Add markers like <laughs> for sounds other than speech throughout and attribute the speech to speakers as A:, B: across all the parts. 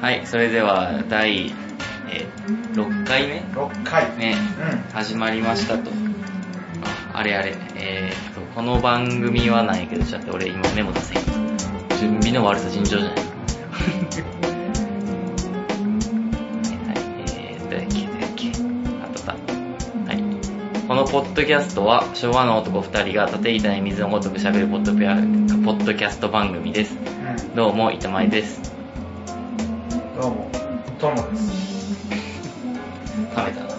A: はい、それでは第、えー6回目
B: 6回。
A: ね、始まりましたと。ああれあれ、えーっと、この番組はないけど、ちょっと俺今メモ出せへん。準備の悪さ尋常じゃない。はい、えー、どれだっけ、どれだっけ。あったあった。はい。このポッドキャストは、昭和の男二人が縦板に水のごとく喋るポッドピャポッドキャスト番組です。
B: うん。うん。
A: どうも、板前です。
B: どうも、ともです。
A: 食べたな。は
B: 神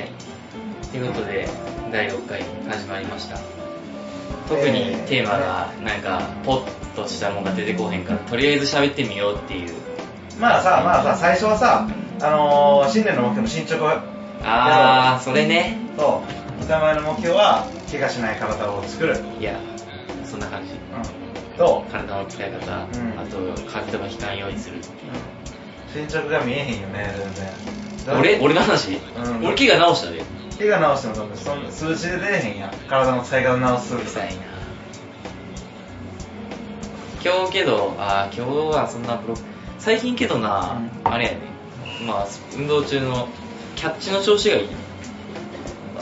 A: い。ということで、第6回始まりました。特にテーマが、なんか、ポッとしたものが出てこへんから、とりあえず喋ってみようっていう。
B: 様まあさ、まあさ、最初はさ、あのー、新年の目標の進捗を
A: あー、それね。
B: と、板前の目標は、怪我しない体を作る。うん。
A: いや、そんな感じ。
B: と、
A: 体の使い方、
B: う
A: あ
B: ん
A: と、風邪は引かんようにする。
B: 進捗が見えへんよね、全然。
A: 俺、俺の話、
B: うん
A: 俺、怪我治したで。
B: 怪我直しても多分、そんな数値で出えへんやん。体の使い方直す
A: う
B: と
A: る
B: か
A: さいな今日けどあー今日はそんなブロック最近けどな、あれやねまあ運動中のキャッチの調子がいい
B: キ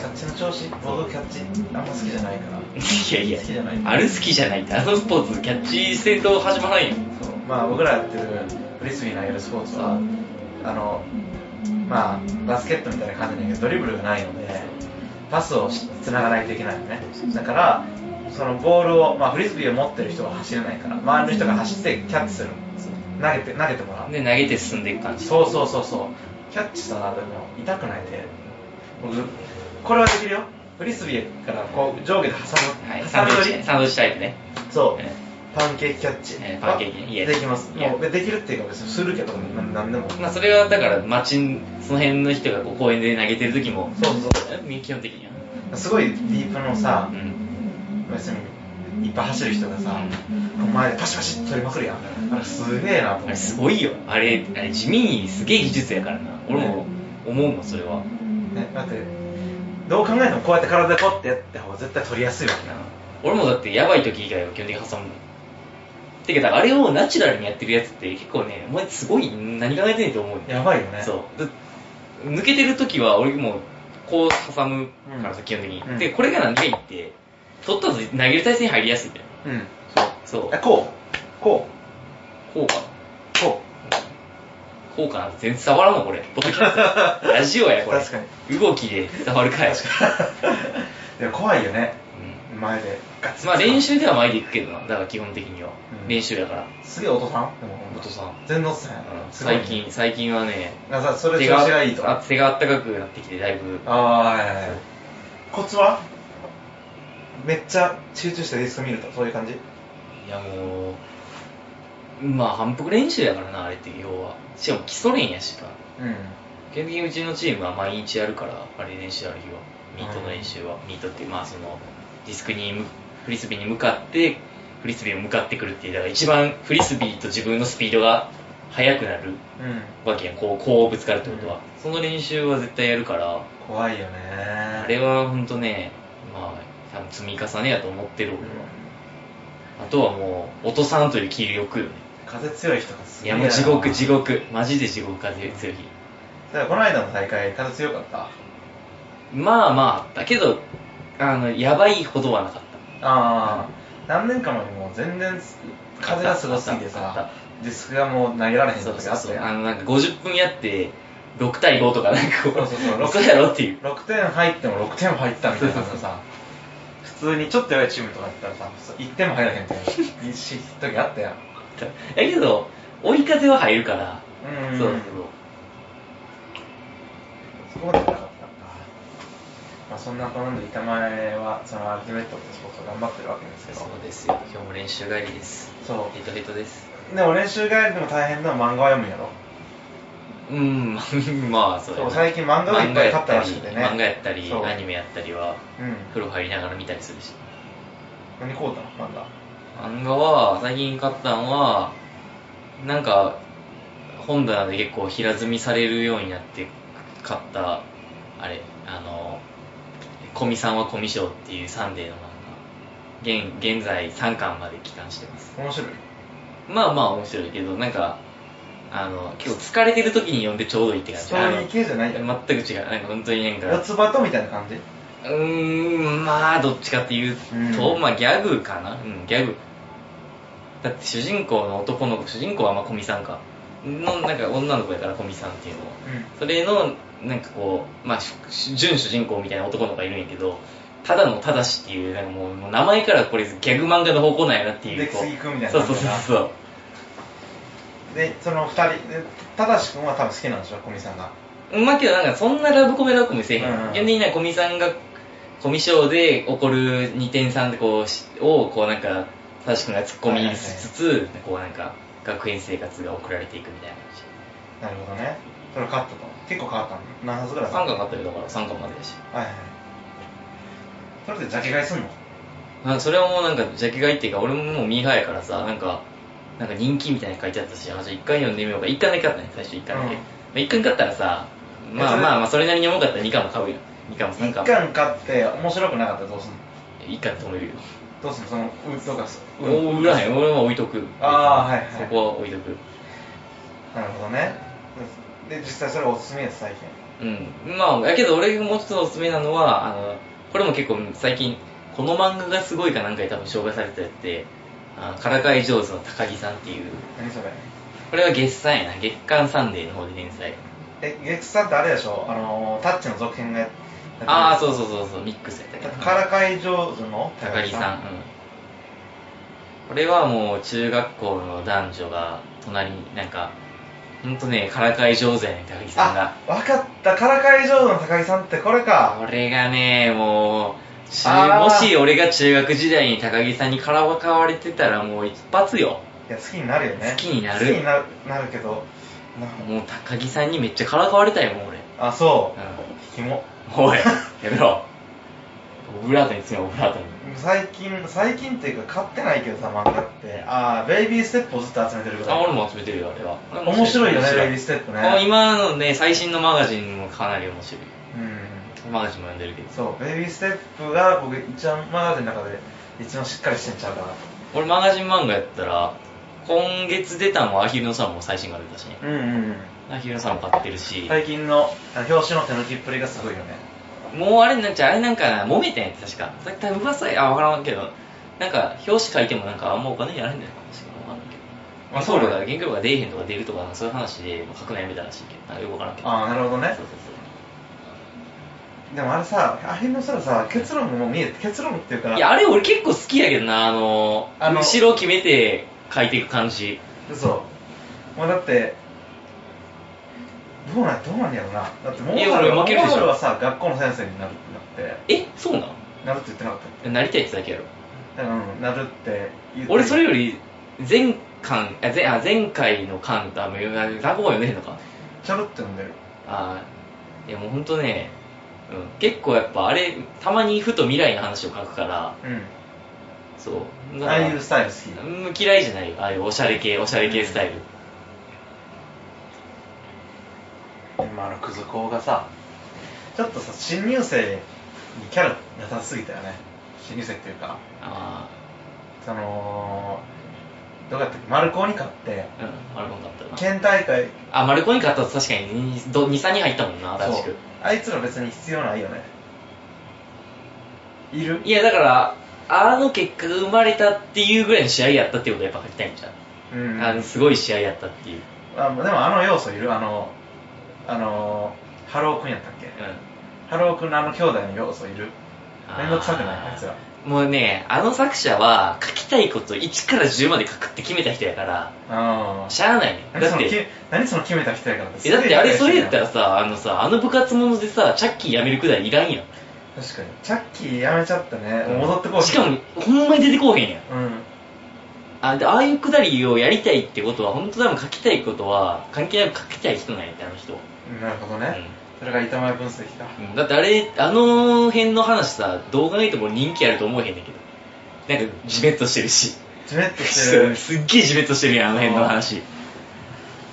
B: ャッチの調子僕キャッチあんま好きじゃないから。
A: いやいや
B: 好きじゃない
A: あれ好きじゃないってあのスポーツキャッチ戦闘始まらんよ
B: そうまあ僕らやってるフリスビー投げるスポーツはあのまあバスケットみたいな感じだけどドリブルがないのでパスをつながないといけないのねだからそのボールを、まあ、フリスビーを持ってる人は走れないから周りの人が走ってキャッチする投げて投げてもらう
A: で投げて進んでいく感じ
B: そうそうそうそうキャッチしたらでも痛くないで僕これはできるよフリスビーからこう上下で挟む、
A: はい、サ
B: 挟
A: ンドイッ
B: むよ
A: チね
B: り
A: サンドイッチタイプね
B: そう、
A: え
B: パンケーキキャッチ、
A: えーパンケーキねいや
B: できます
A: いや
B: もうできるっていうか別にするけどななんでも
A: まあそれはだから街その辺の人がこう公園で投げてる時も
B: そうそう
A: え基本的には
B: すごいディープのさ
A: う、ん
B: 別にいっぱい走る人がさ、お前パシパシって取りまくるやんあれすげえなと思
A: あ
B: って
A: れすごいよあれあれ地味にすげえ技術やからな俺も思うもんそれは
B: ねだってどう考えてもこうやって体でポッてやった方が絶対取りやすいわけな
A: 俺もだってやばい時以外は基本的に挟むもんてかだからあれをナチュラルにやってるやつって結構ねお前すごい何考えてんねんと思うよ
B: やばいよね
A: そうだ抜けてる時は俺もこう挟むからさ基本的に、
B: うん
A: でこれが何がいいって取ったと投げる体勢に入りやすいんだよ
B: うん
A: そう
B: えこうこ
A: こうか
B: う <laughs> こ
A: こうかな全然伝わらんもんこれポッドキャストラジオやこれ
B: 確か
A: 動きで伝わるかい、
B: うでも怖いよね
A: うん
B: 前でガツ
A: まあ練習では前で行くけどな、だから基本的には。
B: うん
A: 練習だから。
B: すげえお父さんでも
A: お父さん。
B: 全能っすね
A: うん
B: すごい
A: 最近、最近はね、
B: あさそれ調子がいいと
A: あ手があったかくなってきて、だいぶ。
B: あーはいはいはいコツはめっちゃ集中してリスト見るとそういう感じ
A: いやもう、まあ反復練習やからな、あれって要は。しかも基礎練やしな。
B: うん
A: 基本的にうちのチームは毎日やるから、あれ練習ある日は。ミートの練習は。ミートっていう、まあその、ディスクにむ、フリスビーに向かって、フリスビーを向かってくるっていう、だから一番フリスビーと自分のスピードが速くなる。
B: うん
A: わけやんこうこうぶつかるってことは、その練習は絶対やるから
B: 怖いよね
A: あ
B: あ
A: れは本当ねまあ多分積み重ねやと思ってる俺は、あとはもうお父さんという気力よね
B: 風強い人がす
A: い
B: げえ
A: や
B: な
A: もう地獄地獄マジで地獄風強い日
B: だからこの間の大会風強かった
A: まあまああったけどあのやばいほどはなかっ
B: ああ何年か前にもう全然風がすごすぎて
A: あったあっ
B: さディスクがもう投げられへん
A: た
B: 時
A: そ
B: があ
A: う
B: っ
A: そうそう
B: たやん
A: あのなんか50分やって6対5とかなんかこう
B: そうそうそう
A: 嘘やろっていう
B: 6点入っても6点も入ったみたいなさ普通にちょっと弱いチームとかだったらさ1点も入らへんみたいな時あったやん
A: だけど追い風は入るから
B: うんうん
A: そう
B: う
A: そ
B: ん
A: うそう
B: そこまでなかったのかまあそんなこので板前はそのアルティメットってスポーツを頑張ってるわけですけど
A: そうですよ今日も練習帰りです
B: そ
A: ヘトヘトです
B: うでも練習帰りでも大変な漫画は読むやろ
A: うん、 <laughs> まあそうやな
B: そう最近漫画がいっぱい買ったらしくてね
A: 漫画やったり、
B: そう
A: アニメやったりは、
B: うん
A: 風呂入りながら見たりするし。
B: 何買うたの漫画
A: 漫画は、最近買ったのは、なんか、本棚で結構平積みされるようになって買った、あれ、あの、コミさんはコミショーっていうサンデーの漫画。現現在3巻まで帰還してます。
B: 面白い
A: まあまあ面白いけどなんかあの今日疲れてる時に読んでちょうどいいって感じ
B: そういう系じゃない
A: あの全く違うなんか本当になん
B: 四
A: か
B: つ葉とみたいな感じ
A: うーんまあどっちかっていうと、
B: うん
A: まあギャグかなうんギャグだって主人公の男の子主人公はまあ古見さんかのなんか女の子やから古見さんっていうのはそれのなんかこう、まあ、主準主人公みたいな男の子がいるんやけどただのただしっていうなんかもうもう名前からこれギャグ漫画の方向なんやなっていう
B: で
A: こう
B: 杉君みたいな
A: そう
B: 感
A: そ
B: じ
A: う
B: だ
A: そう
B: な
A: そう
B: でその二人で正し君は多分好きなんでしょ古見さんが
A: まあけどなんかそんなラブコメラブコメせえへん、
B: うんうん
A: 基本的には古見さんがコミショーで起こる二点三でこうしをこうなんか正しくんが突っ込みしつつ、こうなんか学園生活が送られていくみたいな感じ
B: なるほどねそれ勝ったと結構変わったの何冊ぐらい
A: 3巻買ったよだから3巻までだし
B: はいはいそれでジャケ買いすんの
A: あそれはもうなんかジャケ買いっていうか俺ももうミーハーやからさなんかなんか人気みたいなの書いてあったしあじゃあ一回読んでみようか一巻だけ買ったね最初一巻だけ、
B: う
A: ま
B: ん
A: あ、一巻買ったらさ
B: え
A: まあ
B: それ
A: まあまあそれなりに重かったら2巻も買うよ2巻も3
B: 1
A: 巻も
B: 巻買って面白くなかったらどうすんの
A: 1巻で止めるよ
B: どうすんのそのうとかす
A: お売らへん俺は置いとく
B: あーはいはい
A: そこは置いとく
B: なるほどねで実際それおすすめです最近
A: うんまあだけど俺がもうちょっとおすすめなのはあのこれも結構最近この漫画がすごいかなんかで多分紹介されてたやつであのからかい上手の高木さんっていう
B: 何それ
A: これは月産やな月刊サンデーの方で連載
B: え月さんってあれでしょあのータッチの続編がやってる
A: ああそうそうそうそうミックスやったっけ
B: だ
A: ど
B: からからかい上手の
A: 高木さん、うん、これはもう中学校の男女が隣になんかほんとねからかい上手やね高木さんが
B: あ分かったからかい上手の高木さんってこれか
A: これがねもうし
B: あー
A: もし俺が中学時代に高木さんにからかわれてたらもう一発よ
B: いや好きになるよね
A: 好きになる
B: 好きにななるけどなんか
A: もう高木さんにめっちゃからかわれたよもう俺、
B: あそう
A: う
B: ひも
A: ん、
B: <laughs>
A: おいやめろオブラートに詰めオブラートに
B: 最近最近っていうか買ってないけどさ漫画ってああベイビーステップをずっと集めてるぐら
A: あ
B: い
A: 俺も集めてるよあれは
B: 面白いよねベイビーステップね
A: もう今のね最新のマガジンもかなり面白い
B: うん
A: マガジンも読んでるけど
B: そうベイビーステップが僕一番マガジンの中で一番しっかりしてんちゃうかな
A: 俺マガジン漫画やったら今月出たのはアヒルのサーモン最新が出たしね
B: うんうん
A: アヒルのサーモン買ってるし、
B: 最近のあの表紙の手抜きっぷりがすごいよね
A: もうあれなんちゃうあれなんかな揉めてんやって確か絶対噂やあ分からんけどなんか表紙書いてもなんかあんまお金にならへんじゃないかもしれないわからんけど
B: まあ
A: まあ、
B: そう
A: そう
B: だ
A: だ原価が出えへんとか出るとかそういう話で書くのやめたらしいけどなんかよく分からんけど
B: ああなるほど
A: そう
B: ね
A: そうそう
B: でもあれさあれの人らさ結論ももう見えて結論っていうか
A: いや、あれ俺結構好きやけどな、あの、
B: あの
A: 後ろ決めて書いていく感じ。
B: 嘘もうだってどうなんどうなんやろなだってモ
A: い
B: ー
A: や
B: ハル
A: 俺負けるでしょ
B: モーハルはさ学校の先生になるってなっ
A: え、そうな
B: てなるって言ってなかったっ
A: んなりたいってだけやろ。
B: けうんなるって言って
A: 俺それより、前巻、あ、前あ前回の巻と、あ、もう、学校読んでへんのか。
B: ちゃるって読んでる
A: あーいやもうほんとね、うん、結構やっぱあれ、たまにふと未来の話を書くから、
B: う
A: そう。
B: ん
A: だ
B: あ
A: か
B: あ
A: ら
B: いうスタイル好
A: うん嫌いじゃないよ、ああいうおしゃれ系、おしゃれ系スタイル。
B: きでもあのクズ子がさちょっとさ新入生にキャラなさすぎたよね新入生っていうか
A: あ
B: そのどうやって丸高に勝って
A: あ、うん、あれもかったな。
B: 県大会
A: あ、マルコに買ったと確かに2、3に入ったもんな、
B: そ
A: 新し
B: う
A: く。
B: あいつら別に必要ないよねいる
A: いやだからあの結果が生まれたっていうぐらいの試合やったっていうことはやっぱ書きたいんじゃん、
B: うん
A: あのすごい試合やったっていう、
B: あでもあの要素いるあのあのハロー君やったっけ
A: う
B: ハロー君のあの兄弟の要素いる
A: あー
B: 面倒くさくないあいつら
A: ん、もうねあの作者は書きたいこと1から10まで書くって決めた人やから
B: あ
A: しゃあないね
B: あ
A: だっ
B: 何その
A: て
B: き何その決めた人やから
A: えだってあれそれやった
B: ら
A: らさあのさあの部活ものでさチャッキー辞めるくだりいらんやん、
B: 確かにチャッキーやめちゃったね、戻ってこう
A: しかもほんまに出てこうへんやん
B: うん
A: あでああいうくだりをやりたいってことは本当多分書きたいことは関係なく書きたい人なんやってあの人、
B: なるほど
A: う
B: ね、
A: ん
B: それが板前分析
A: <laughs>
B: か
A: うんだってあれあの辺の話さどう考えても人気あると思えへんねんけどなんかジメッとしてるし
B: ジメッとして
A: <laughs>
B: る
A: すっげえジメッとしてるやんあの辺の話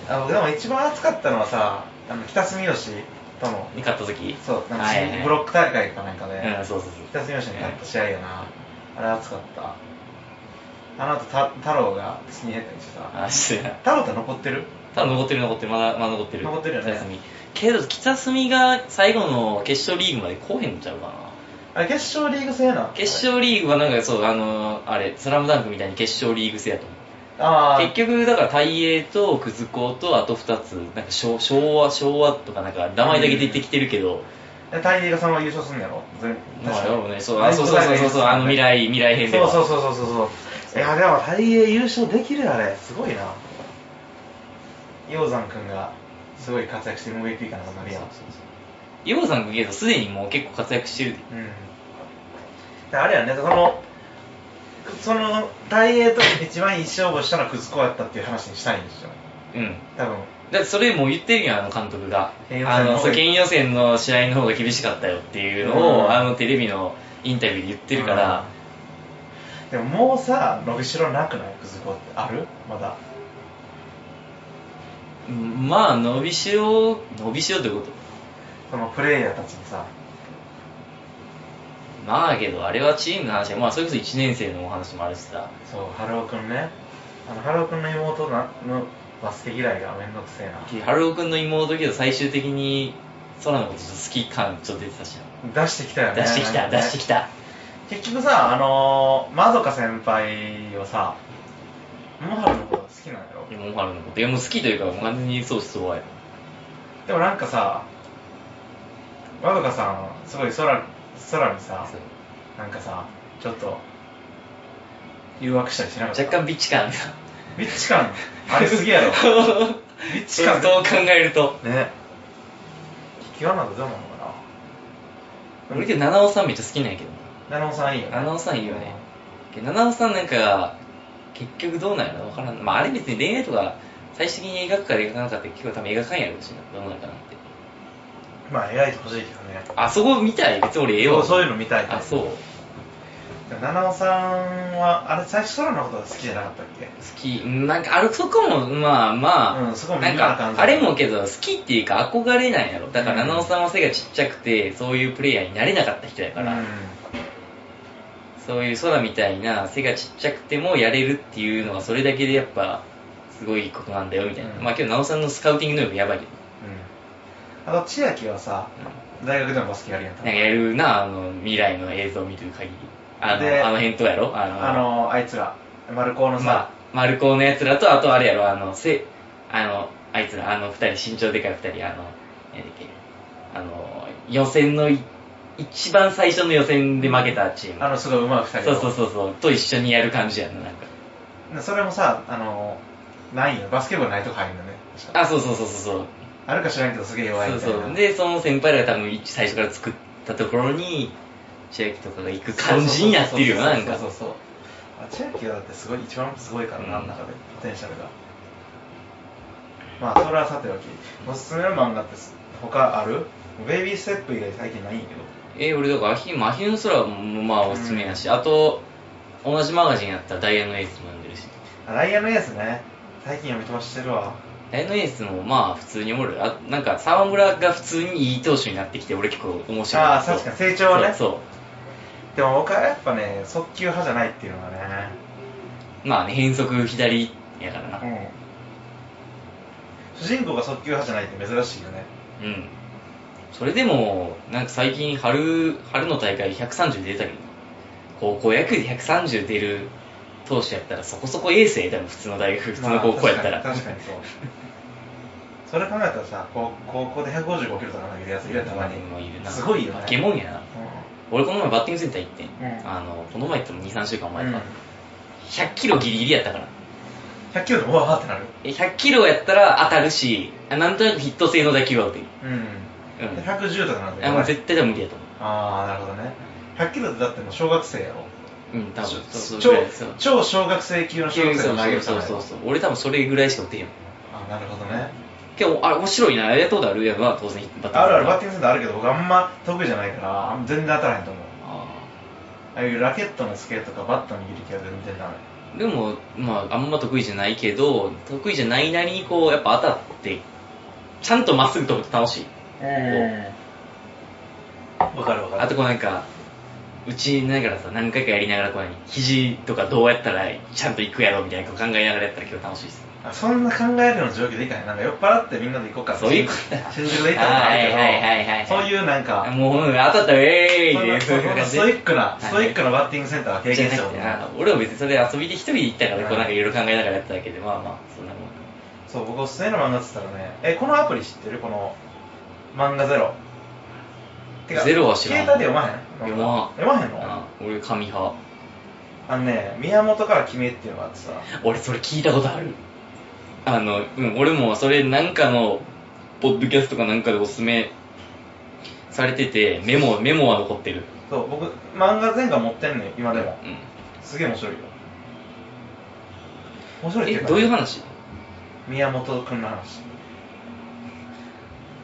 B: あ僕でも一番熱かったのはさあの北住吉との
A: に勝った時
B: そうなんか
A: はいはい
B: ブロック大会かなんかで、
A: うんそうそうそう
B: 北住吉に勝った試合よな、あれ熱かったあの後た太郎がスキンヘッドにしてさ
A: あそうや
B: 太郎って残ってる
A: 多分残ってる残ってるまだまだ残ってる
B: 残ってるよね
A: 北隅けど北隅が最後の決勝リーグまで来へんのちゃうか
B: あれ決勝リーグ制なの
A: な決勝リーグはなんかそうあのあれ「スラムダンクみたいに決勝リーグ制やと思う
B: ああ
A: 結局だから大英とクズコとあと2つなんか昭昭和昭和とかなんか名前だけ出てきてるけど、
B: 大抵がそのまま優勝すんのやろ全
A: まあ、
B: 確
A: や
B: か
A: ろうねそうあそうそうそうそうそうあの未来未来編で
B: そう
A: は
B: そうそうそうそうそういやでも大英優勝できるあれすごいな鷹山君がすごい活躍して MVP かなんかなるやん
A: ヨウさんがけどすでにもう結構活躍してるで
B: うんであれやねそのその大英と一番いい勝負したのはクズコやったっていう話にしたいんでしょ
A: うん
B: 多分
A: だってそれもう言ってるやんあの監督が
B: 県予選の
A: あ
B: 方が
A: のそう県予選の試合の方が厳しかったよっていうのを、
B: うん
A: あのテレビのインタビューで言ってるから、
B: でももうさ伸びしろなくないクズコってあるまだ
A: うんまあ伸びしろ伸びしろってこと
B: そのプレイヤーたちにさ
A: まあけどあれはチームの話やまあそれこそ1年生のお話もあるしさ
B: そう春尾くんねあの春尾くんの妹なのバスケ嫌いがめんどくせえな
A: 春尾君の妹けど最終的に空のことちょっと好き感ちょっと出てたし
B: 出してきたよ
A: な
B: ね
A: 出してきた出してきた
B: 結局さあのーまどか先輩はさ桃春のこと好きなんやろ
A: モンハルのこといやもう好きというかもう完全にそうしそうや
B: でもなんかさまどかさんすごい空空にさ
A: そう
B: なんかさちょっと誘惑したりしなかった
A: 若干ビッチ感
B: ビッチ感あれすぎや
A: <laughs>
B: ろビッチ感
A: そう考えると
B: ね聞きはなんてどうなのかな
A: 俺けど七尾さんめっちゃ好きなんやけどな
B: 七尾さんいいよね
A: 七尾さんいいよねけど七尾さんなんか結局どうなんやろ分からんまああれ別に恋愛とか最終的に描くか描かなかったら結局多分描かんやろうしなどうなんかなって
B: まあ描いてほしいけどね
A: あそこ見たい別に俺ええ
B: そ
A: わ
B: うそういうの見たい
A: あそう好
B: でも七尾さんはあれ最初空のことが好きじゃなかったっけ
A: きうんなんかあれそこもまあまあ、
B: うんそこも
A: なん
B: 微妙な感
A: か
B: じ
A: あれもけど好きっていうか憧れなんやろだから
B: うん
A: 七尾さんは背がちっちゃくてそういうプレイヤーになれなかった人やから、
B: うん
A: そういう空みたいな背がちっちゃくてもやれるっていうのはそれだけでやっぱすごいことなんだよみたいな、
B: うん
A: まあけどなおさんのスカウティング能力やばいけど、
B: あと千秋はさ大学でもバスケやるやん
A: な
B: 多
A: んか
B: 分
A: やるなあの未来の映像を見る限りあ
B: で
A: のあの辺とやろあの
B: あのあいつら丸高の
A: まあ
B: さ、
A: マルコーのやつらとあとあれやろあのせあのあいつらあの二人身長でかい二人あのなんだっけあの予選のい一番最初の予選で負けたチーム
B: あのすごいうまい二
A: そう
B: 人
A: そうそうそうと一緒にやる感じやななんか
B: うそれもさあのないよバスケ部はないとこ入るんだね確か
A: あそうそうそうそうそう
B: あるか知らんけどすげえ弱い
A: そう
B: みたいな
A: そうでその先輩らが多分一最初から作ったところに千秋とかが行く感じになってるよななんか
B: そうそうそうあ千秋はだってすごい一番すごいからな、
A: うん
B: 中でポテンシャルがまあそれはさておきおすすめの漫画って他あるベイビーステップ以外最近ないんやけど
A: えー俺だからアヒル、まあ、アヒルの空もまあおすすめやし、あと同じマガジンやったらダイヤのエースも読んでるし
B: あライアンのエースね最近読み飛ばしてるわ
A: ダイヤのエースもまあ普通におもろいあなんか沢村が普通にいい投手になってきて俺結構面白い
B: ああ確かに成長は
A: そ
B: ね
A: うそ
B: でも僕はやっぱね速球派じゃないっていうのがね
A: うまあね変則左やからな
B: うん主人公が速球派じゃないって珍しいよね
A: うんそれでもなんか最近春春の大会130出たけど高校野球で130出る投手やったらそこそこエースや多分普通の大学普通の高校やったら、
B: まあ確かに確かにそうそれ考えたらさ高高校で155キロとか投げるやついるやんたまに
A: もういるな
B: すごいよね
A: 化け物やな俺この前バッティングセンター行ってん、
B: うん
A: あのこの前行っても23週間
B: うん
A: 前か、100キロギリギリやったから
B: 100キロでもうわーってなる
A: え100キロやったら当たるしあなんとなくヒット性の打球は打てる
B: うん、
A: うん
B: で110とかなんだ
A: あもう絶対でも無理やと思
B: ああなるほどね100キロってだってもう小学生やろ
A: ううん多分そうそ
B: 超
A: うぐらいそう
B: 超小学生級の小学生の投げる
A: そう
B: や
A: そう
B: ろ
A: そう俺多分それぐらいしか打てへんもん
B: あなるほどね
A: 今日あれ面白いなやったことあるやんな当然バッ
B: あるあるバッテ
A: ィング
B: ィングセンターあるけど僕あんま得意じゃないからあんま全然当たらへんと思う
A: あ
B: ああいうラケットのスケートとかバットの握り気は全然ダメ
A: ーでもまああんま得意じゃないけど得意じゃないなりにこうやっぱ当たってちゃんとまっすぐ飛ぶと楽しい
B: うんわかるわかる
A: あとこうなんかうちながらさ何回かやりながらこうやに肘とかどうやったらちゃんと行くやろみたいなこう考えながらやったら今日楽しいです
B: あそんな考えるの状況でいいかねなんか酔っ払ってみんなで行こうか
A: そういうことだ
B: 新宿で行ったのもあるけど、
A: はいはいはいはい
B: そういうなん
A: あ
B: か
A: もううん当たったら
B: そ
A: え
B: ん
A: ー
B: な
A: イ
B: そんなストイックなストイック
A: な
B: なバッティングセンターは経
A: じゃ
B: 験
A: な
B: し
A: く
B: たこ
A: て
B: とない
A: な俺は別にそれ遊びで一人で行ったからこう
B: はい
A: なんかいろいろ考えながらやってたけどまあまあそんなもん
B: そう僕おすすめの漫画っつったらねえこのアプリ知ってるこの漫画ゼロ
A: ゼロは知らん
B: 携帯で読まへん
A: 読まん
B: 読まへんの
A: あ俺神派
B: あのね宮本から君へっていうのがあってさ
A: 俺それ聞いたことあるあの、うん、俺もそれなんかのポッドキャストかなんかでおすすめされててメモメモは残ってる
B: そう僕漫画全巻持ってんねん今でも、
A: うん
B: すげえ面白いよ面白いって
A: え
B: いうか
A: どういう話
B: 宮本君の話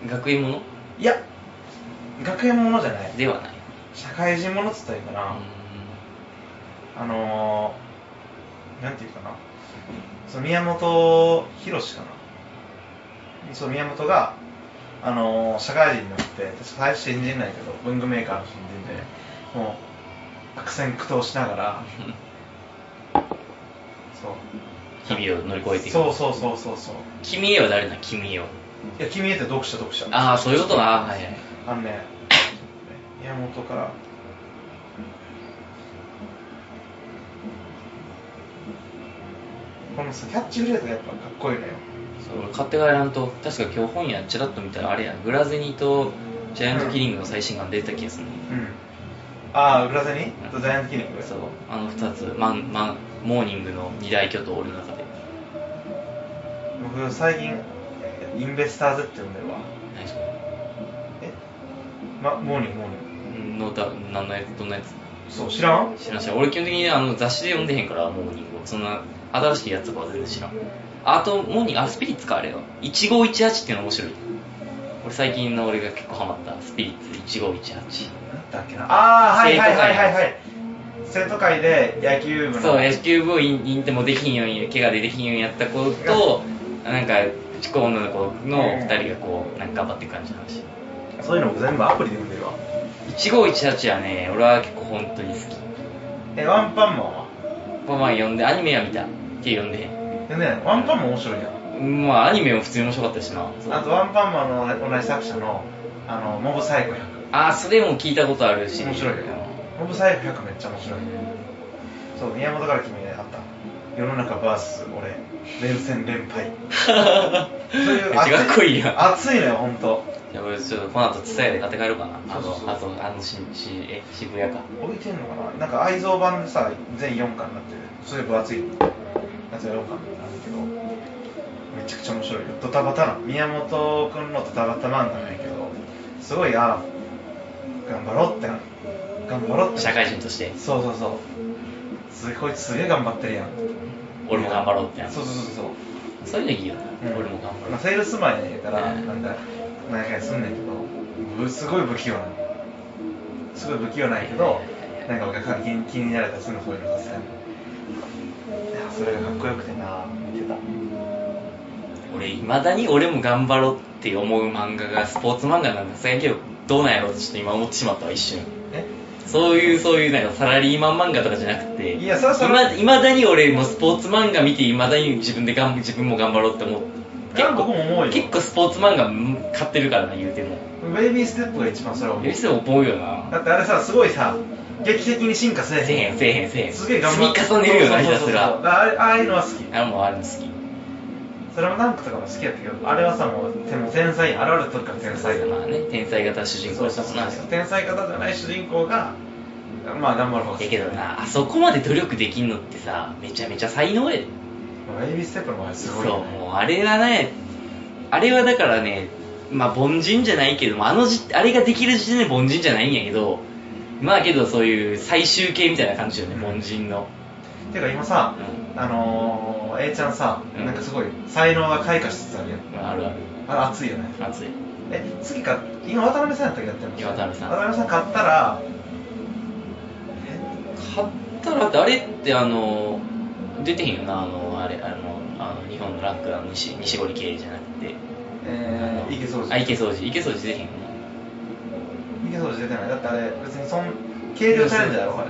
A: 学園もの
B: いや学園ものじゃない
A: ではない
B: 社会人ものっつったらいいかな、あのー、なんていうかな、そう宮本博士かな、そう宮本が、あのー、社会人になって、私、最初新人なんやけど、文具メーカーの新人で、もう、悪戦苦闘しながら、そう、
A: うん <laughs> 日々を乗り越えていく
B: そうそうそうそうそう、
A: 君へは誰な君へはい
B: や、君へって読者、読者、
A: ああそういうことなはいはい
B: あのね、宮本から、このさキャッチフレーズがやっぱかっこいいのよ。
A: そう俺買って帰らんと確か今日本屋ちらっと見たらあれやグラゼニーとジャイアントキリングの最新刊出てた気がするね
B: うん。ああ、裏ゼニとジャイアントキリング
A: そうあの2つマンマンモーニングの二大巨頭俺の中で
B: 僕、最近、インベスターズって呼んでるわ。
A: 何それ
B: えま、モーニング、モーニン
A: のだ何のやつどんなや
B: グ。そう、知らん
A: つ知らんし俺基本的にねあの雑誌で読んでへんからモーニングをそんな新しいやつとかは全然知らんあとモーニングあスピリッツかあれは1518っていうの面白い俺最近の俺が結構ハマったスピリッツ1518
B: なんだっけな。ああ、はいはいはいはいはい。生徒会で野球部の。
A: そう野球部員員でもできひんように怪我でできひんようにやった子となんかちっこい女の子の2人がこうなんか頑張っていく感じの話
B: そういうの僕全部アプリで読んでるわ。
A: 1518はね俺は結構本当に好き
B: え、ワンパンマンは
A: まあまあ読んでアニメは見たって読んでへん
B: でね、ワンパンマン面白いやん。
A: まあアニメも普通に面白かったしなそう
B: あとワンパンマンの同じ作者の、あの、モブサイコ100。
A: あーそれも聞いたことあるし
B: 面白いよ。モブサイコ100めっちゃ面白い。そう、宮本から君にあった。世の中バース俺、連戦連
A: <laughs>
B: 敗。そう
A: め
B: い
A: っ
B: う
A: ちゃかっこいいやん
B: 熱いのよ、ほんと。
A: じゃあ俺ちょっとこの後伝えで買って帰ろうかなあ
B: そう
A: と
B: そうそう
A: あとあのししえ渋谷か
B: 置いてんのかななんか愛蔵版でさ、全4巻になってる。そういう分厚い。やつが4巻になるけど、めちゃくちゃ面白いよ。ドタバタな。宮本くんのドタバタ漫画なんやけど、すごい、あ頑張ろうってな。頑張ろうってな。
A: 社会人として
B: そうそうそうすこいつすげえ頑張ってるやん
A: 俺も頑張ろうってな
B: そうそうそうそう、
A: そういうのいいよな
B: うん
A: 俺も頑張ろ
B: ま
A: う
B: あ、セールスマンやねんから
A: うん
B: なんか何回すんねんけどぶすごい不器用なのすごい不器用なんやけどなんかお客さん気に気になれたらすぐこういうのさせたいやそれがかっこよくてな見てた
A: 俺いまだに俺も頑張ろうって思う漫画がスポーツ漫画なんですけどどうなんやろうってちょっと今思ってしまったわ一瞬
B: え
A: そういうそういうなんかサラリーマン漫画とかじゃなくて
B: いやそれはそれ
A: いまいまだに俺もスポーツ漫画見ていまだに自分で頑張自分も頑張ろうって思う
B: いや僕も思うよ
A: 結構スポーツ漫画うん買ってるからな言うても
B: ベイビーステップが一番それは思
A: よ
B: う
A: しでも思うよ
B: だ
A: な
B: ってあれさすごいさ劇的に進化せえ
A: せえへんせえへんせえへん
B: すげえ頑張って
A: 積み重ねるよなひ
B: そう
A: た
B: そ
A: す
B: うそうそう
A: ら
B: だからあれああいうのは好き
A: あもうあれも好き
B: それもダンクとかも好きやったけどあれはさもうでも天才現れる時から天才だな
A: まあね天才型主人公だもんな
B: 天才型じゃない主人公がまあ頑張る方が
A: だけどなあそこまで努力できんのってさめちゃめちゃ才能やで
B: ベイビーステップの場合す
A: そ
B: ご
A: う
B: いよね
A: もうあれはねあれはだからねまあ凡人じゃないけどもあのじあれができる時点で凡人じゃないんやけどまあけどそういう最終形みたいな感じよね
B: う
A: 凡
B: ん
A: 人の
B: ていうか今さ
A: う
B: あのー A ちゃんさ
A: うん
B: なんかすごい才能が開花しつつあるやん
A: あるある
B: あれ熱いよね
A: 熱い
B: え次か今渡辺さんやったっけやってるの
A: 今渡辺さん
B: 渡辺さん買ったら
A: 買ったら誰ってあの出てへんよなあのあれあのあの日本のランクの西西堀圭じゃなくて
B: えー池掃除
A: あ池掃除池掃除出てへんよな
B: 池掃除出てないだってあれ別にそん軽量チャレンジだろあれ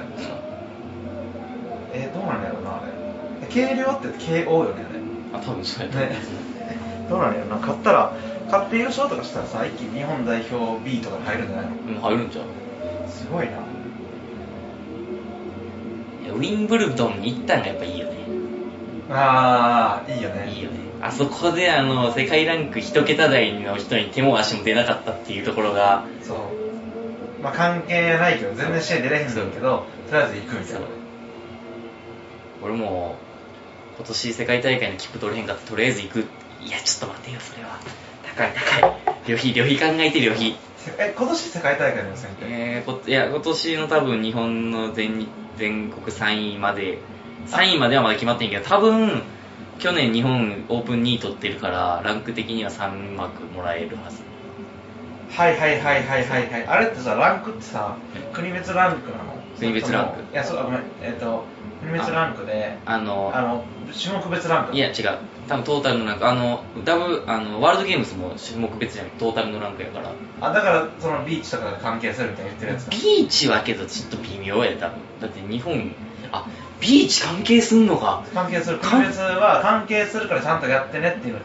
B: えーどうなんやろうなあれ軽量って KO よねあれ
A: あ多分そうやった、
B: ね、どうなるよな買ったら買って優勝とかしたらさ一気に日本代表 B とかに入るんじゃない
A: うん入るんちゃう
B: のすごいない
A: やウィンブルドンに行ったのがやっぱいいよね
B: ああいいよね
A: いいよねあそこであの世界ランク1桁台の人に手も足も出なかったっていうところが
B: そうまあ関係ないけど全然試合出れへんねんけどとりあえず行くみたい
A: そう俺も今年世界大会の切符取れへんかったとりあえず行くいやちょっと待てよそれは高い高い旅費旅費考えて旅費
B: なえ今年世界大会の予選って
A: えー、こいや今年の多分日本の全日全国3位まで3位まではまだ決まってんけど多分去年日本オープン2位取ってるからランク的には3枠もらえるはず
B: はいはいはいはいはいはいあれってさランクってさ国別ランクなの
A: 国別ランク
B: それともいやそうあごめんえっ、と国別ランクで
A: あの
B: あの種目別ランク
A: いや違う多分トータルのランクあのダブあのワールドゲームズも種目別じゃなくてトータルのランクやから
B: あだからそのビーチとかが関係するみたいな言ってるやつだ
A: ビーチはけどちょっと微妙やで多分だって日本あビーチ関係すんのか
B: 関係する
A: 関
B: 国別は関係するからちゃんとやってねっていうのを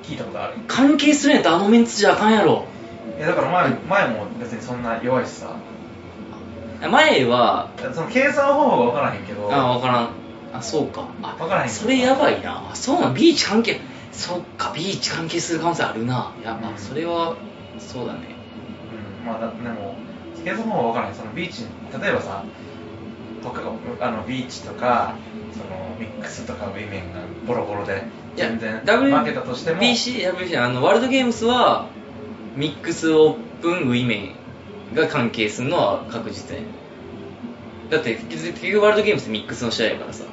B: 聞聞いたことある
A: 関係するんやったらあのメンツじゃあかんやろ
B: いやだから前前も別にそんな弱いしさ
A: 前は
B: その計算方法が分からへんけど
A: あ分からんあそうかあ
B: わからへん
A: それやばいなあそうなんビーチ関係そっかビーチ関係する可能性あるなやっぱ、
B: うん
A: それはそうだね
B: うんまあだでも計算方法は分からへんそのビーチ例えばさとかあのビーチとかそのミックスとかウィメンがボロボロで
A: いや
B: 全然負
A: w
B: けたとしても
A: BC WBC あのワールドゲームスはミックスオープンウィメンが関係するのは確実ねだって結局ワールドゲームスミックスの試合やからさ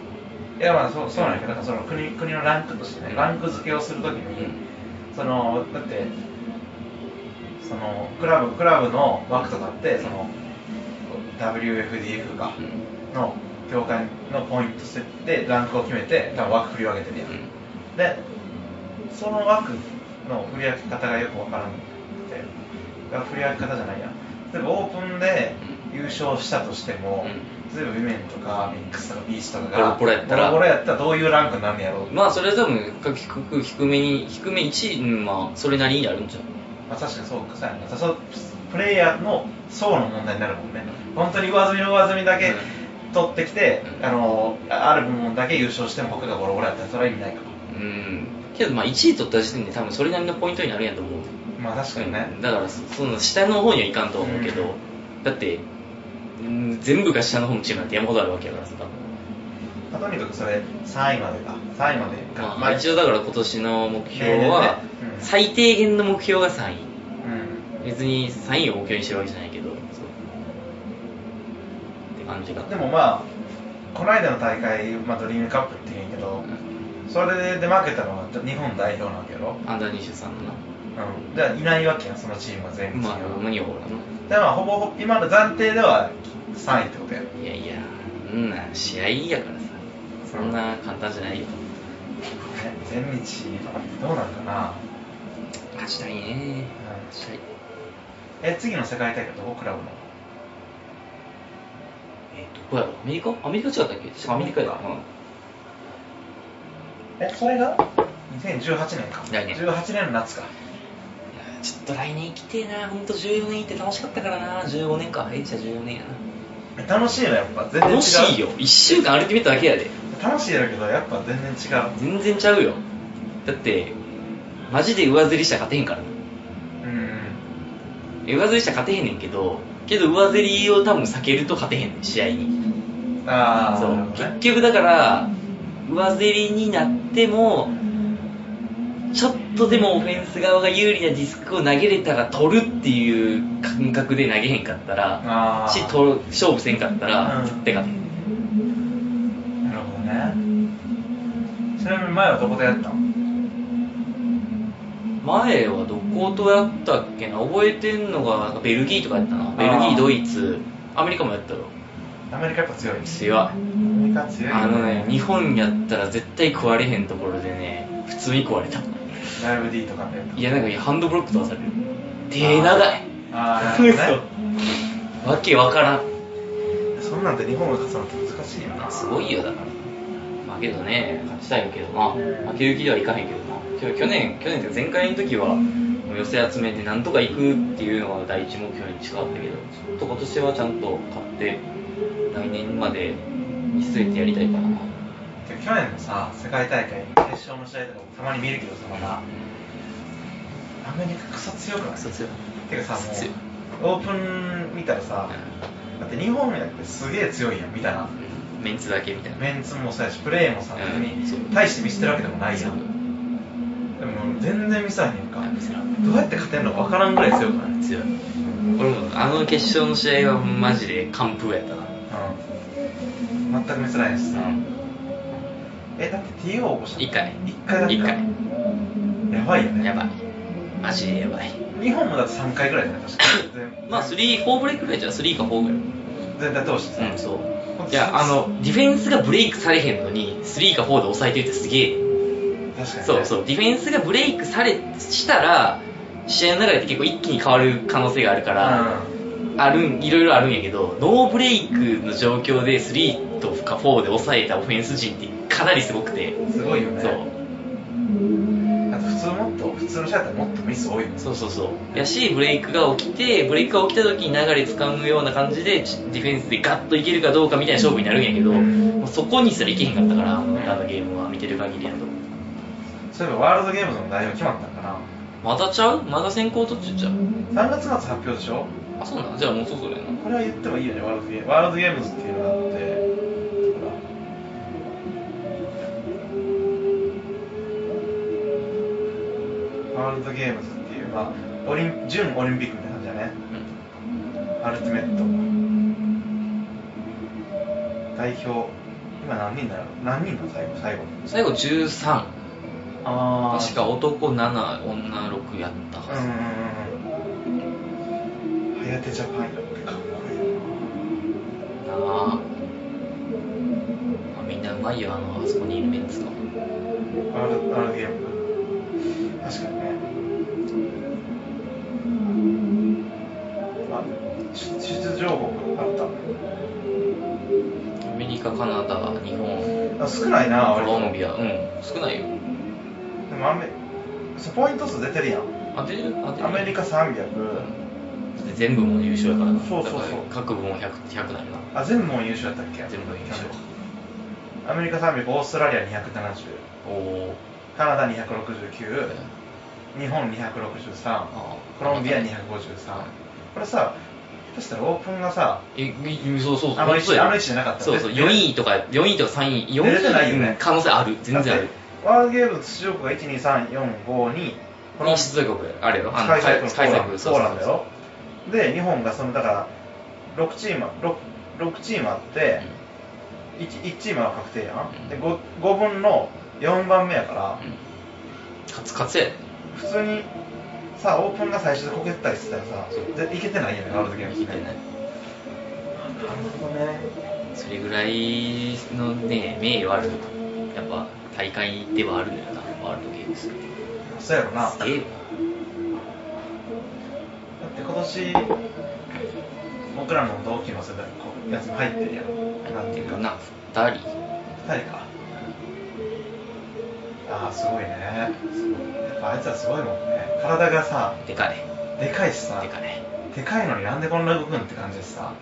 B: いやまあそうそうなんやけどだからその国国のランクとしてねランク付けをするときに、そのだってそのクラブクラブの枠とかってその WFDF か
A: うん
B: の協会のポイント設定ランクを決めて多分枠振り分けてるやん、でその枠の振り分け方がよく分からなくてだから振り分け方じゃないや例えばオープンで優勝したとしても、例えばウィメンとかミックスとかビーチとかが
A: ボロボロやったら
B: ボロボロやったらどういうランクになんねやろう
A: うんまあそれは多分低く低めに低め1位うんまあそれなりにあるんじゃう
B: まあ、確かにそうかそうやなそうプレイヤーの層の問題になるもんね本当に上積みの上積みだけ取ってきて、
A: うん
B: あのあある部門だけ優勝しても僕がボロボロやったらそれは意味ないか
A: うんけどまあ1位取った時点で多分それなりのポイントになるんやと思う
B: まあ確かにね、
A: だからそその下の方にはいかんとは思うけど、だってうん全部が下の方のチームなんて山ほどあるわけやからさ多分
B: まあとにかくそれ3位までか3位まで
A: ま
B: か
A: あ、まあ一応だから今年の目標は
B: 例年ねうん
A: 最低限の目標が3位
B: うん
A: 別に3位を目標にしてるわけじゃないけどそうって感じが
B: でもまあこの間の大会、まあ、ドリームカップって言うんやけどそれで負けたのは日本代表なわけやろ、
A: アンダー23のな
B: うん、でいないわけやんそのチームは全部違う、
A: まあ無にほら
B: でまあほぼほぼ今の暫定では3位ってことやん
A: ないやいやうんな試合やからさそんな簡単じゃないよ
B: ね全日どうなんかな、
A: 勝ちたいね
B: うん
A: 勝ちたい
B: え次の世界大会どこクラブの
A: えどこやろアメリカアメリカ違ったっけアメリカや
B: アメリ
A: うん
B: えそれが2018年か
A: 来年
B: 18年の夏か
A: いやちょっと来年行きてえな、本当14年行って楽しかったからな、15年か、えじゃあ14年やな。
B: え楽しいのやっぱ全然違う
A: 楽しいよ、1週間歩いてみただけやで、
B: 楽しいやろけどやっぱ全然違う
A: 全然ちゃうよ。だって、マジで上釣りしたら勝てへんからな。
B: うん
A: え上釣りしたら勝てへんねんけど、けど上釣りを多分避けると勝てへんねん、試合に。
B: ああ
A: そう
B: なるほどね
A: 結局だから、上釣りになっても、ちょっとでもオフェンス側が有利なディスクを投げれたら取るっていう感覚で投げへんかったら、
B: あ
A: し
B: あ
A: と勝負せんかったら、
B: うん
A: 絶対勝てん
B: なるほどねちなみに前はどこでやったの
A: 前はどことやったっけな覚えてんのがなんかベルギーとかやったなベルギ
B: あー
A: ードイツアメリカもやったろ
B: アメリカやっぱ強い
A: 強いあ
B: アメリカ強いよ
A: のね日本やったら絶対食われへんところでね普通に食われた
B: ライブ D とかでやった
A: いやなんかハンドブロックとかされる手長い
B: あーなるほどね
A: 嘘わけわからん
B: んなんて日本が勝つのって難しいよな
A: すごいよだからまあけどね勝ちたいけどな負ける気ではいかへんけどな今日去年去年っていうか前回の時はもう寄せ集めてなんとか行くっていうのが第一目標に近かったけどちょっと今年はちゃんと勝って来年まで見据えてやりたいからな
B: てか去年のさ世界大会の決勝の試合とかもたまに見るけどさまだアメリカクソ強くない
A: そう強い
B: てかさ
A: クソ強い
B: もうオープン見たらさだって日本だってすげえ強いやんみたいな
A: うんメンツだけみたいな
B: メンツもそうやしプレーもさ別
A: うんそう
B: に大して見せてるわけでもないや
A: そうん
B: でも全然見せらへんやんか
A: 見せらん
B: どうやって勝てんのか分からんぐらい強くないうん
A: 強い俺もあの決勝の試合はマジで完封やったな
B: 全く見せられへんしさ
A: うん
B: えだって TO 起こしたの
A: 一回
B: 一回だけ
A: 一回
B: やばいよね
A: やばいマジでやばい
B: 日本もだって3回ぐらいじゃない確か全
A: <laughs> まあ3、4ブレイクぐらいじゃん、3か4ぐらい。
B: 全体通してさ
A: うん、そう。いや、あの、ディフェンスがブレイクされへんのに、3か4で抑えてるってすげえ。
B: 確かにね、
A: そうそう、ディフェンスがブレイクされ、したら、試合の流れって結構一気に変わる可能性があるから、あるん、いろいろあるんやけど、ノーブレイクの状況で3とか4で抑えたオフェンス陣ってかなりすごくて、
B: うん、すごいよね
A: そう。
B: あと普通もっと普通の試合だったらもっとミス多いもん
A: そうそうそうやしブレイクが起きてブレイクが起きた時に流れつかむような感じでちディフェンスでガッといけるかどうかみたいな勝負になるんやけど、
B: うん
A: もうそこにすらいけへんかったから、
B: ん
A: あのゲームは見てる限りやと
B: そういえばワールドゲームズの代表決まったんか
A: まだちゃうまだ先行途中ちゃう
B: な3月末発表でしょ
A: あそうなんじゃあもうそろそろやな
B: これは言ってもいいよねワールドゲームワールドゲームズっていうのがあってほらワールドゲームズっていう、まあ、オリン準オリンピックみたいな感じだねアルティメット代表今何人だろう何人だ最後最後
A: 最後13
B: あ
A: 確か男7女6やった
B: う
A: は
B: ん
A: ず、
B: うんうんうん颯ジャパンよってかっこいい
A: なああみんなうまいよあのあそこにいるメンツが
B: なワールドワールドゲーム確かにねあ出出場国あっ
A: アメリカカナダ日本
B: たあ少ないな
A: コ
B: 割と
A: ロンビアうん少ないよ
B: でもアメそうポイント数出てるやん
A: 当てる当てる
B: アメリカ300
A: で全部も優勝やからな
B: そうそうそう
A: だから各部も 100, 100なるな
B: あ全部もう優勝やったっけ
A: 全部優勝
B: アメリカ300オーストラリア270
A: おお
B: カナダ269日本263
A: あ
B: コロンビア
A: は
B: 253
A: い
B: これさ下手したらオープンがさ
A: えいそうそうそう
B: あの位置
A: そうや
B: あの位置じゃなかった
A: そうそう
B: で
A: 4位とか4位とか3位4位
B: 出れてないよね
A: うん可能性ある全然あ
B: だっ
A: る
B: てワールドゲームズ出場国が12345に
A: この出場国あるよあの
B: 開催国
A: 開催
B: ポ
A: 国
B: ーランドよで日本がそのだから6チーム 6, 6チームあって、一 1, チームは確定や
A: うん
B: んで 5, 五分の4番目やから、
A: うんカツカツやで
B: 普通にさオープンが最初でこけたりしてたらさ
A: そう
B: でいけてないよねワールドゲームズ
A: い
B: ね
A: けてない
B: なるほどね
A: それぐらいのね名誉あるやっぱ大会ではあるんだよなワールドゲームズって
B: そうやろな
A: すげえよ
B: だって今年僕らの同期の世代こうやつも入ってるやんなんていうか
A: な2人
B: 2人かああすごいねやっぱあいつらすごいもんね体がさ
A: でかい
B: でかいしさ
A: でかい
B: でかいのになんでこんな動くんって感じでさ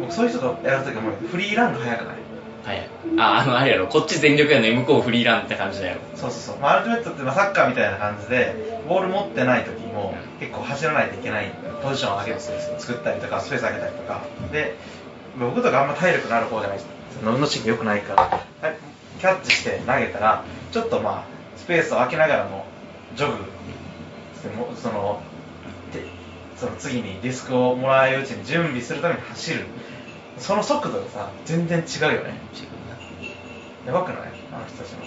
B: 僕そういう人とやるときもフリーランが早くない
A: はい。あ、あの、あれやろ、こっち全力やのに向こうフリーランって感じだよ。
B: そうそうそう、まあ、アルティメットってまあサッカーみたいな感じでボール持ってない時も結構走らないといけないポジションを上げて
A: そうそうそう
B: 作ったりとかスペース上げたりとかで僕とかあんま体力のある方じゃないその運動神経良くないからはいキャッチして投げたらちょっとまあスペースを空けながらもジョグしてもそのでその次にディスクをもらううちに準備するために走るその速度がさ全然違うよねやばくないあの人たちの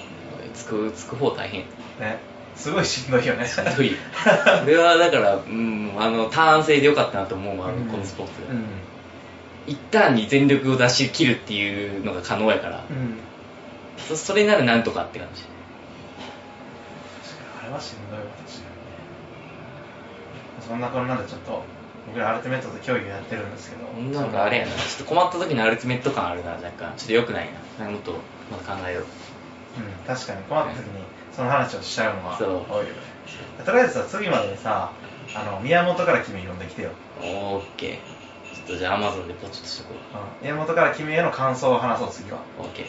A: つく、つく方大変。 <laughs>
B: ねすごいしんどいよね
A: しん
B: <laughs>
A: どい。俺はだから、うん、あの、ターン制でよかったなと思うわ、あのこのスポーツ
B: う
A: が。
B: ん、
A: 一旦に全力を出し切るっていうのが可能やから、
B: うん、
A: そそれならなんとかって感じ。
B: あれはしんどいわ確かにそんなこんなでちょっと僕らアルティメットと競技やってるんですけど
A: なんかあれやなちょっと困った時のアルティメット感あるな若干ちょっと良くないなもっとまた考えよう
B: うん、確かに困った時にその話をしちゃうのは
A: そう
B: 多いよねとりあえずさ次までにさあの宮本から君呼んできてよ、
A: オッケーちょっとじゃあアマゾンでポチッとしとこ
B: うん、宮本から君への感想を話そう次は
A: うオッケー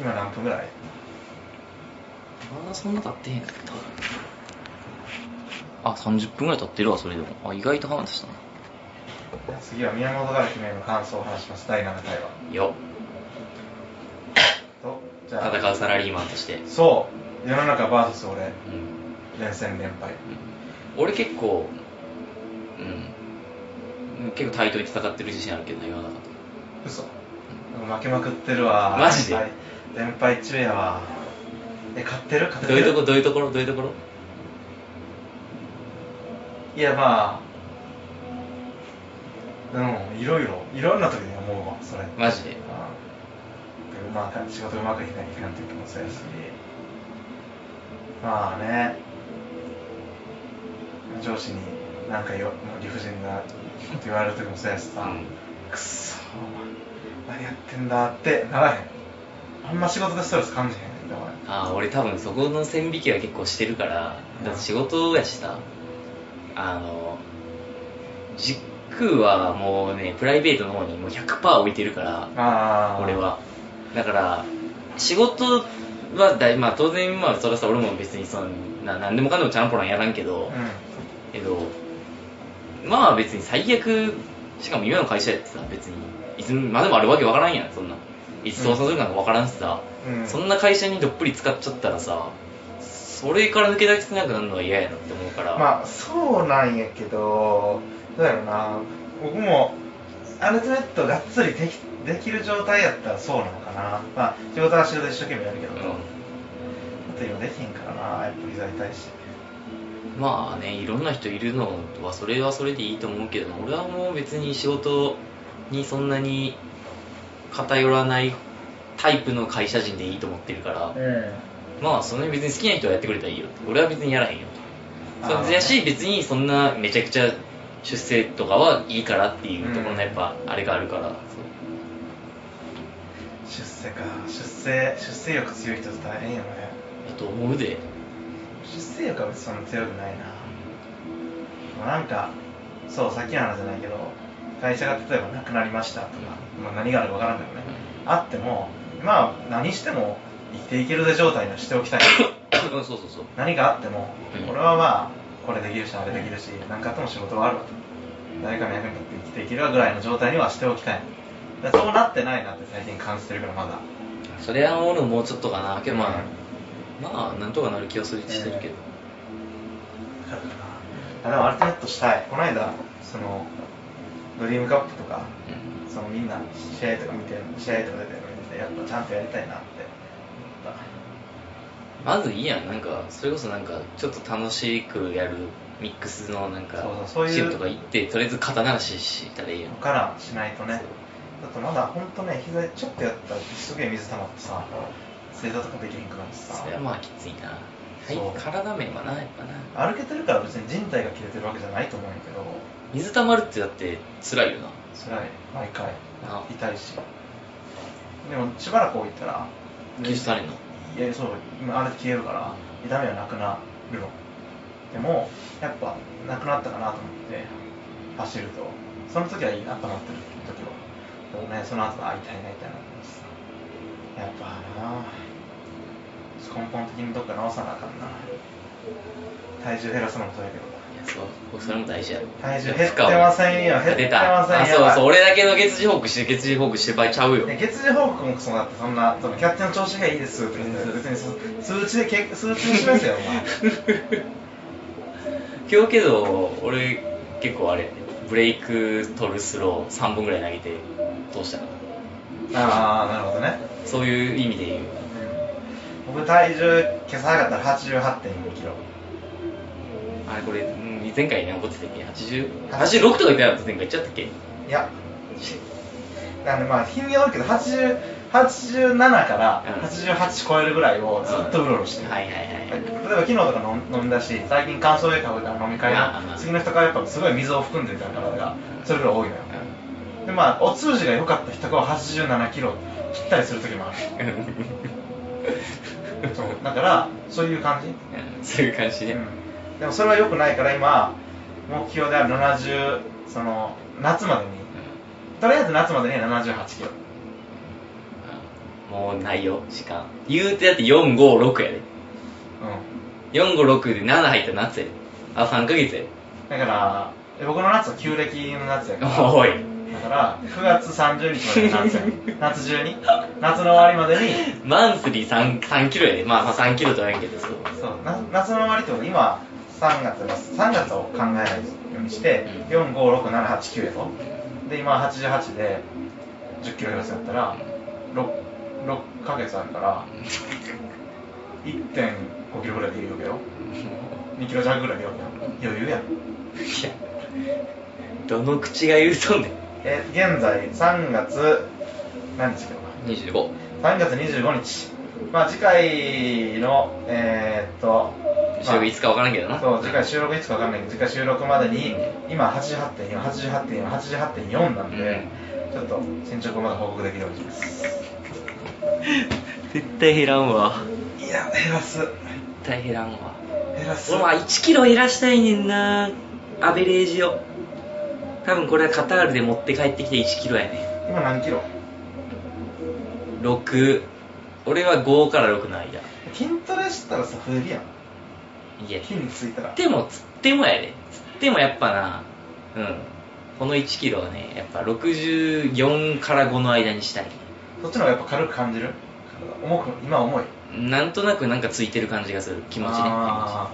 B: 今何分ぐらい
A: まだそんな経ってへんかったあ30分ぐらい経ってるわそれでもあ意外と話したな
B: 次は宮本から君への感想を話します第7回は
A: よ
B: とじゃあ
A: 戦うサラリーマンとして
B: そう世の中 VS 俺
A: うん
B: 連戦連敗
A: 俺結構うんうん結構対等に戦ってる自信あるけどな今の中 <laughs> で
B: 嘘負けまくってるわ
A: マジで
B: 連敗連敗中やわえ勝ってる勝って
A: どう
B: る
A: いうとこどういうところどういうところ
B: いやまあうんいろいろいろんな時に思うわそれ
A: マジで
B: うんうまく仕事うまくいかないいかん時もそうやしまあね上司になんかよ理不尽なこと言われる時もそうやしさ、
A: うん
B: くっそお前何やってんだってならへんあんま仕事でストレス感じへんねんで俺
A: ああ俺多分そこの線引きは結構してるから
B: うん
A: だって仕事やしさあの軸はもうねプライベートの方にもう100%置いてるから
B: ああ
A: 俺はだから仕事はだい、まあ、当然まあそれはさ俺も別にそのな何でもかんでもチャランポランやらんけ
B: う
A: ど
B: ん、
A: けどまあ別に最悪しかも今の会社やってさ別にいつまでもあるわけわからんやんそんないつ倒産するかなんかわからんしさ、
B: うん
A: そんな会社にどっぷり使っちゃったらさそれから抜け出せなくなるのは嫌やなって思うから、
B: まあそうなんやけどどうやろうな僕もアルティメットがっつりできできる状態やったらそうなのかなまあ仕事は仕事で一生懸命やるけど、
A: う
B: ちょっと今できんからなやっぱり在退し
A: んまあねいろんな人いるのはそれはそれでいいと思うけど俺はもう別に仕事にそんなに偏らないタイプの会社人でいいと思ってるから、まあその辺別に好きな人はやってくれたらいいよ俺は別にやらへんよ
B: あ
A: そ
B: ー
A: うやし別にそんなめちゃくちゃ出世とかはいいからっていうところのやっぱあれがあるから、
B: 出世か出世出世欲強い人って大変よね
A: そうと思う <laughs> で
B: 出世欲は別にそんな強くないなまあなんかそうさっきの話じゃないけど会社が例えばなくなりましたとか、まあ、何があるか分からんけどねあってもまあ何しても生きていけるぜ状態にはしておきた
A: <coughs>
B: い
A: うんそうそうそう
B: 何かあっても、
A: うん
B: 俺はまあこれできるしあれできるし何かあっても仕事はあるわと誰かの役に立って生きていけるわぐらいの状態にはしておきたいだからそうなってないなって最近感じてるからまだ
A: それは俺ももうちょっとかなけどまあ、まあなんとかなる気はするしてるけど、
B: だからあでもアルティメットしたいこの間そのドリームカップとか
A: うん
B: そのみんな試合とか見て試合とか出てるの見ててやっぱちゃんとやりたいなって思った
A: まずいいやんなんかそれこそなんかちょっと楽しくやるミックスのなんか
B: そうそうそういう
A: チームとか行ってとりあえず肩慣らししたらいいやん
B: からしないとねだとまだ本当ね膝ちょっとやったらすげえ水溜まってさ正座とかできへんくなってさ
A: それはまあきついな、
B: そう
A: はい、体面はなやっぱな
B: 歩けてるから別に人体が切れてるわけじゃないと思うんやけど
A: 水溜まるってだって辛いよな
B: それは毎回
A: な
B: 痛いしでもしばらく置いたら
A: 吸収されんの
B: いやそう今あれで消えるから痛みはなくなるのでもやっぱなくなったかなと思って走るとその時はいいなと思ってる時はでもねその後はあ痛いな痛いなってますやっぱな根本的にどっか直さなあかんな体重減らすのもそうやけど
A: いやそう僕それも大事やろ
B: 体重減ってませんよ減っ
A: 出
B: てま
A: た
B: せんよ
A: あそうそう俺だけの月次報告して月次報告してる場合ちゃうよ
B: ね月次報告もそうだってそんなそのキャッチャーの調子がいいですって言って別にそ数値でけ数値で示せよお前
A: <laughs> 今日けど俺結構あれブレイク取るスロー3本ぐらい投げて通したから
B: ああなるほどね、
A: そういう意味で言う
B: 僕体重今朝測ったら8 8 2キロ
A: あれこれうん前回ね怒ってたっけ80 86とか言ってなかった前回言っちゃったっけ
B: いやなんでまあ日によるけど80 87から
A: うん
B: 88超えるぐらいをずっとうろうろしてる、
A: はいはいはいはい
B: 例えば昨日とか飲ん飲んだし最近乾燥で買うから飲み会
A: あー
B: の次の日とかはやっぱすごい水を含んでた体がそれぐらい多いのよ
A: う
B: でまあお通じが良かった人が87キロ切ったりする時もあるそうだからそういう感じ、
A: んうんそういう感じね、
B: うんでもそれは良くないから今目標である70その夏までにとりあえず夏までに78キロ
A: もうないよ時間言うてだって456やで
B: う
A: 456で7入ったら夏やであ3ヶ月やで
B: んだから僕の夏は旧暦の夏やから <laughs>
A: おい
B: だから9月30日まで夏や夏中に夏の終わりまでに
A: マンスリー 3, 3キロやでまあまあ3キロとは言えんけどそう
B: そうな夏の終わりってこと今3月は3月を考えないようにして456789やろで今88で1 0キロ減らすやったら 6, 6ヶ月あるから1.5キロぐらいで余裕よ2キロ弱ぐらいで余裕余裕やん
A: いやどの口が言うとんねん
B: え現在3月何日かな
A: 25
B: 3月25日、まあ、次回の、えーっと、
A: 収録いつか分からんけど
B: まあ
A: な
B: そう、次回収録いつか分かんないけど、次回収録までに、今88.4、88.4、88.4なんで、ちょっと進捗をまだ報告できるようにします。
A: 絶対減らんわ
B: いや、減らす。減
A: 絶対減らんわ
B: らす。
A: 俺は1キロ減らしたいねんなアベレージを多分これはカタールで持って帰ってきて1キロやね
B: 今何キロ
A: 6俺は5から6の間い
B: 筋トレしたらさ、増えるやん。
A: や
B: 筋ついたら。
A: でもつってもやでつってもやっぱなうんこの1キロはねやっぱ64から5の間にしたい
B: そっちの方がやっぱ軽く感じる体重く、今重い。
A: なんとなくなんかついてる感じがする気持ちね気持ち
B: あ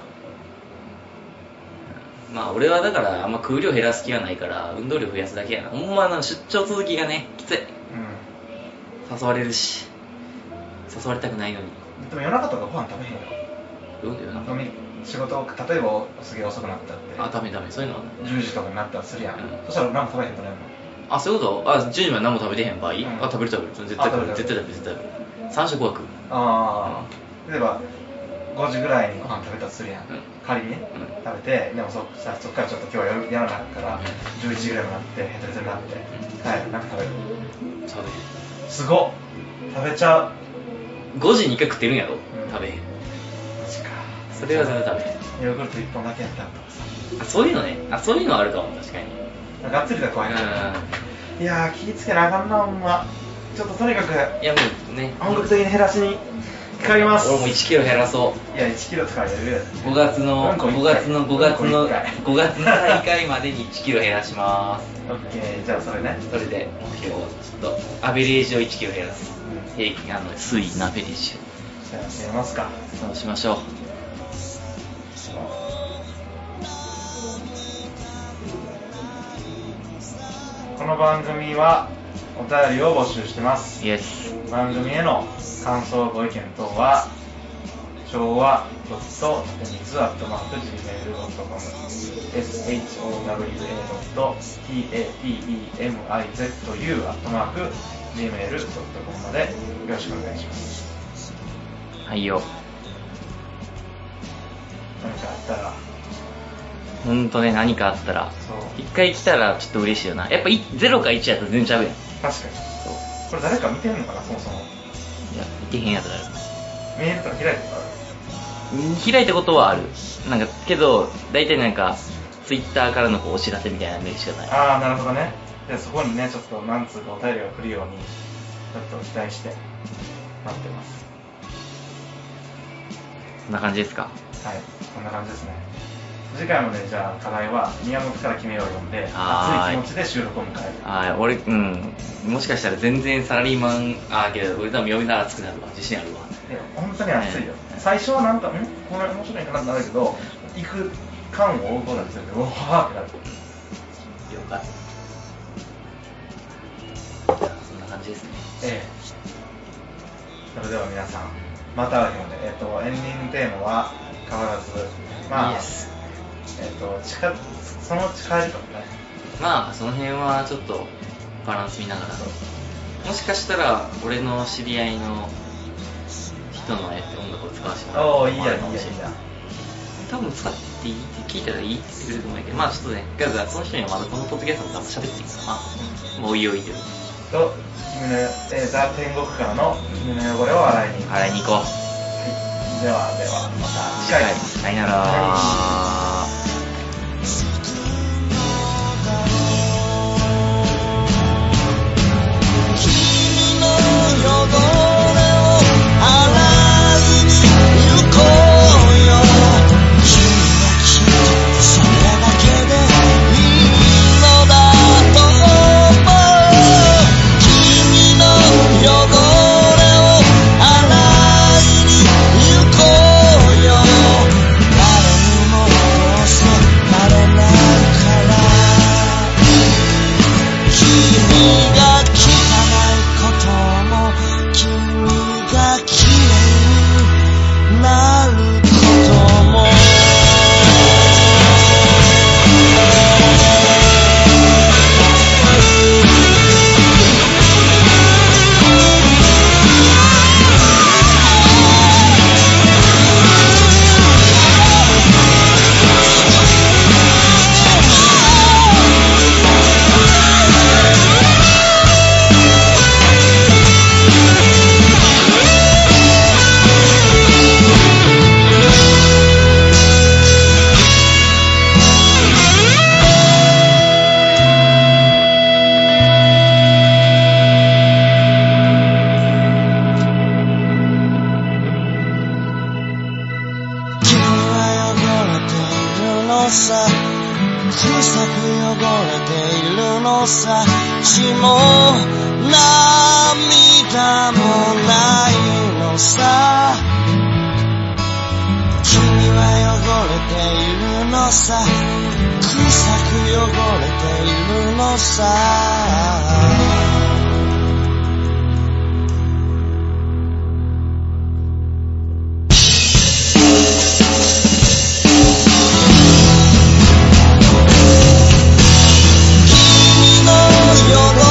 A: まあ俺はだからあんま空量減らす気はないから運動量増やすだけやなほんまあの出張続きがねきつい
B: ーうん。
A: 誘われるし誘われたくないのに
B: でも夜中とかご飯食べへんよ
A: どうだよな
B: 飲み仕事例えばすげえ遅くなったって
A: あダメダメそういうのは
B: 10時とかになったらするや
A: う
B: ん、
A: ん
B: そしたら何も食べへんとね
A: あそういうことあ10時まで何も食べてへん場合、
B: ん
A: あ食べる食べる絶対食べる
B: あ
A: 絶
B: 食
A: 対
B: べ
A: 食べる絶対食べる3食は食う
B: ああ例えば5時ぐらいにご飯食べたとするやん、
A: うん
B: 仮にね、
A: う
B: 食べてでもそさそっからちょっと今日はやらなかったから11時ぐらいになってヘトヘトになって帰るなんか食べる
A: 食べる
B: すごっ食べちゃう
A: 5時に1回食ってるんやろ
B: ん
A: 食べへん
B: マジか
A: それは全然食べへん
B: ヨーグルト1本だけやったらとかさ
A: あそういうのねあそういうのはあるかも確かに
B: がっつりだと怖いから
A: う
B: いやー気ぃつけなあかんなほんまちょっととにかく
A: んいやもうね
B: 本格的に減らしにかかります
A: 俺も1キロ減らそう
B: いや1キロとかはやるよ
A: 5月の
B: うんこ
A: 5月の5月の
B: うんこ一回
A: 5月の大会までに1キロ減らしま
B: オッケーじゃあそれね
A: すそれで目標をちょっとアベレージを1キロ減らす平均あの推移のアベレージ
B: じゃあやりますか
A: をそうしましょう
B: この番組はお便りを募集してます
A: イエス
B: 番組への感想ご意見等は昭和ドット水アットマーク Gmail.com showa.taemizu アットマーク Gmail.com までよろしくお願いします
A: はいよ
B: 何かあったら
A: ほんとね何かあったら
B: そう
A: 1回来たらちょっと嬉しいよなやっぱい0か1やったら全然ちゃうやん
B: 確かに
A: そう
B: これ誰か見てんのかなそもそも
A: いやいけへんやつらある
B: メールとか開いてた
A: 開いたことはあるなんかけど大体なんかツイッターからのこうお知らせみたいなメールしかない
B: ああなるほどねじゃあそこにねちょっと何通かお便りが来るようにちょっと期待して待ってます
A: そんな感じですか
B: はいこんな感じですね次回もねじゃあ課題は宮本から決めようを読んで
A: はー
B: 熱
A: い
B: い気持ちで収録を迎える
A: あー俺うんもしかしたら全然サラリーマンあーけど俺多分呼びなら熱くなるわ自信あるわ
B: いや本当に熱いよ最初はなんかんこれ面白いかなってなるけど行く感を追うことにするけどうわーってなる
A: 了解そんな感じですね
B: ええそれでは皆さんまた会う日まで、えっとエンディングテーマは変わらずまあ、
A: イエス
B: えっと近そのうち変えるかもね
A: まあその辺はちょっとバランス見ながらもしかしたら俺の知り合いの人のやって音楽を使わせてもらう
B: おお
A: こ
B: い
A: と
B: い
A: もあ
B: やいい
A: る
B: やい
A: かもしれない
B: いや
A: 多分使っていいって聞いたらいいって言ってくれると思うんやけどまあちょっとねガザその人にはまだこのポッドキャストも多分喋っていいからなもうおいおいで
B: と君の、えー、ザ・天国からの君の汚れを洗いに行く、はい、
A: 洗いに行こう
B: ではではまた
A: 次回さよなら
C: 君は汚れているのさ臭く汚れているのさ血も涙もないのさ君は汚れているのさ臭く汚れているのさ「君の汚れを洗いに行こうよ」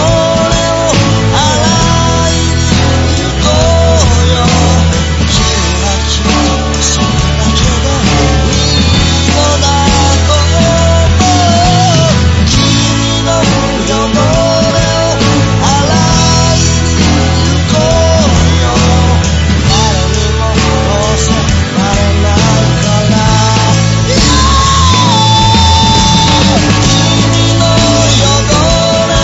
C: 「君は君それだけでいいのだと思う」「君の汚れを洗いに行こうよ」「誰にも襲われないから」「君の汚れを洗いに行こうよ」「君は君それだけでいいのだと思う」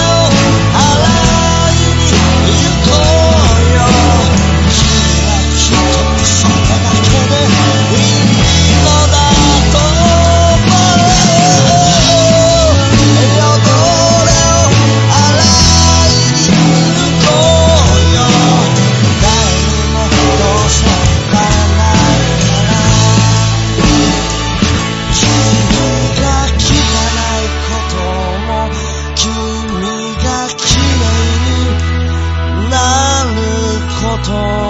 C: 「汚れを洗いに行こうよ」「誰にもどうせわからないから」君が汚いことも君が綺麗になることも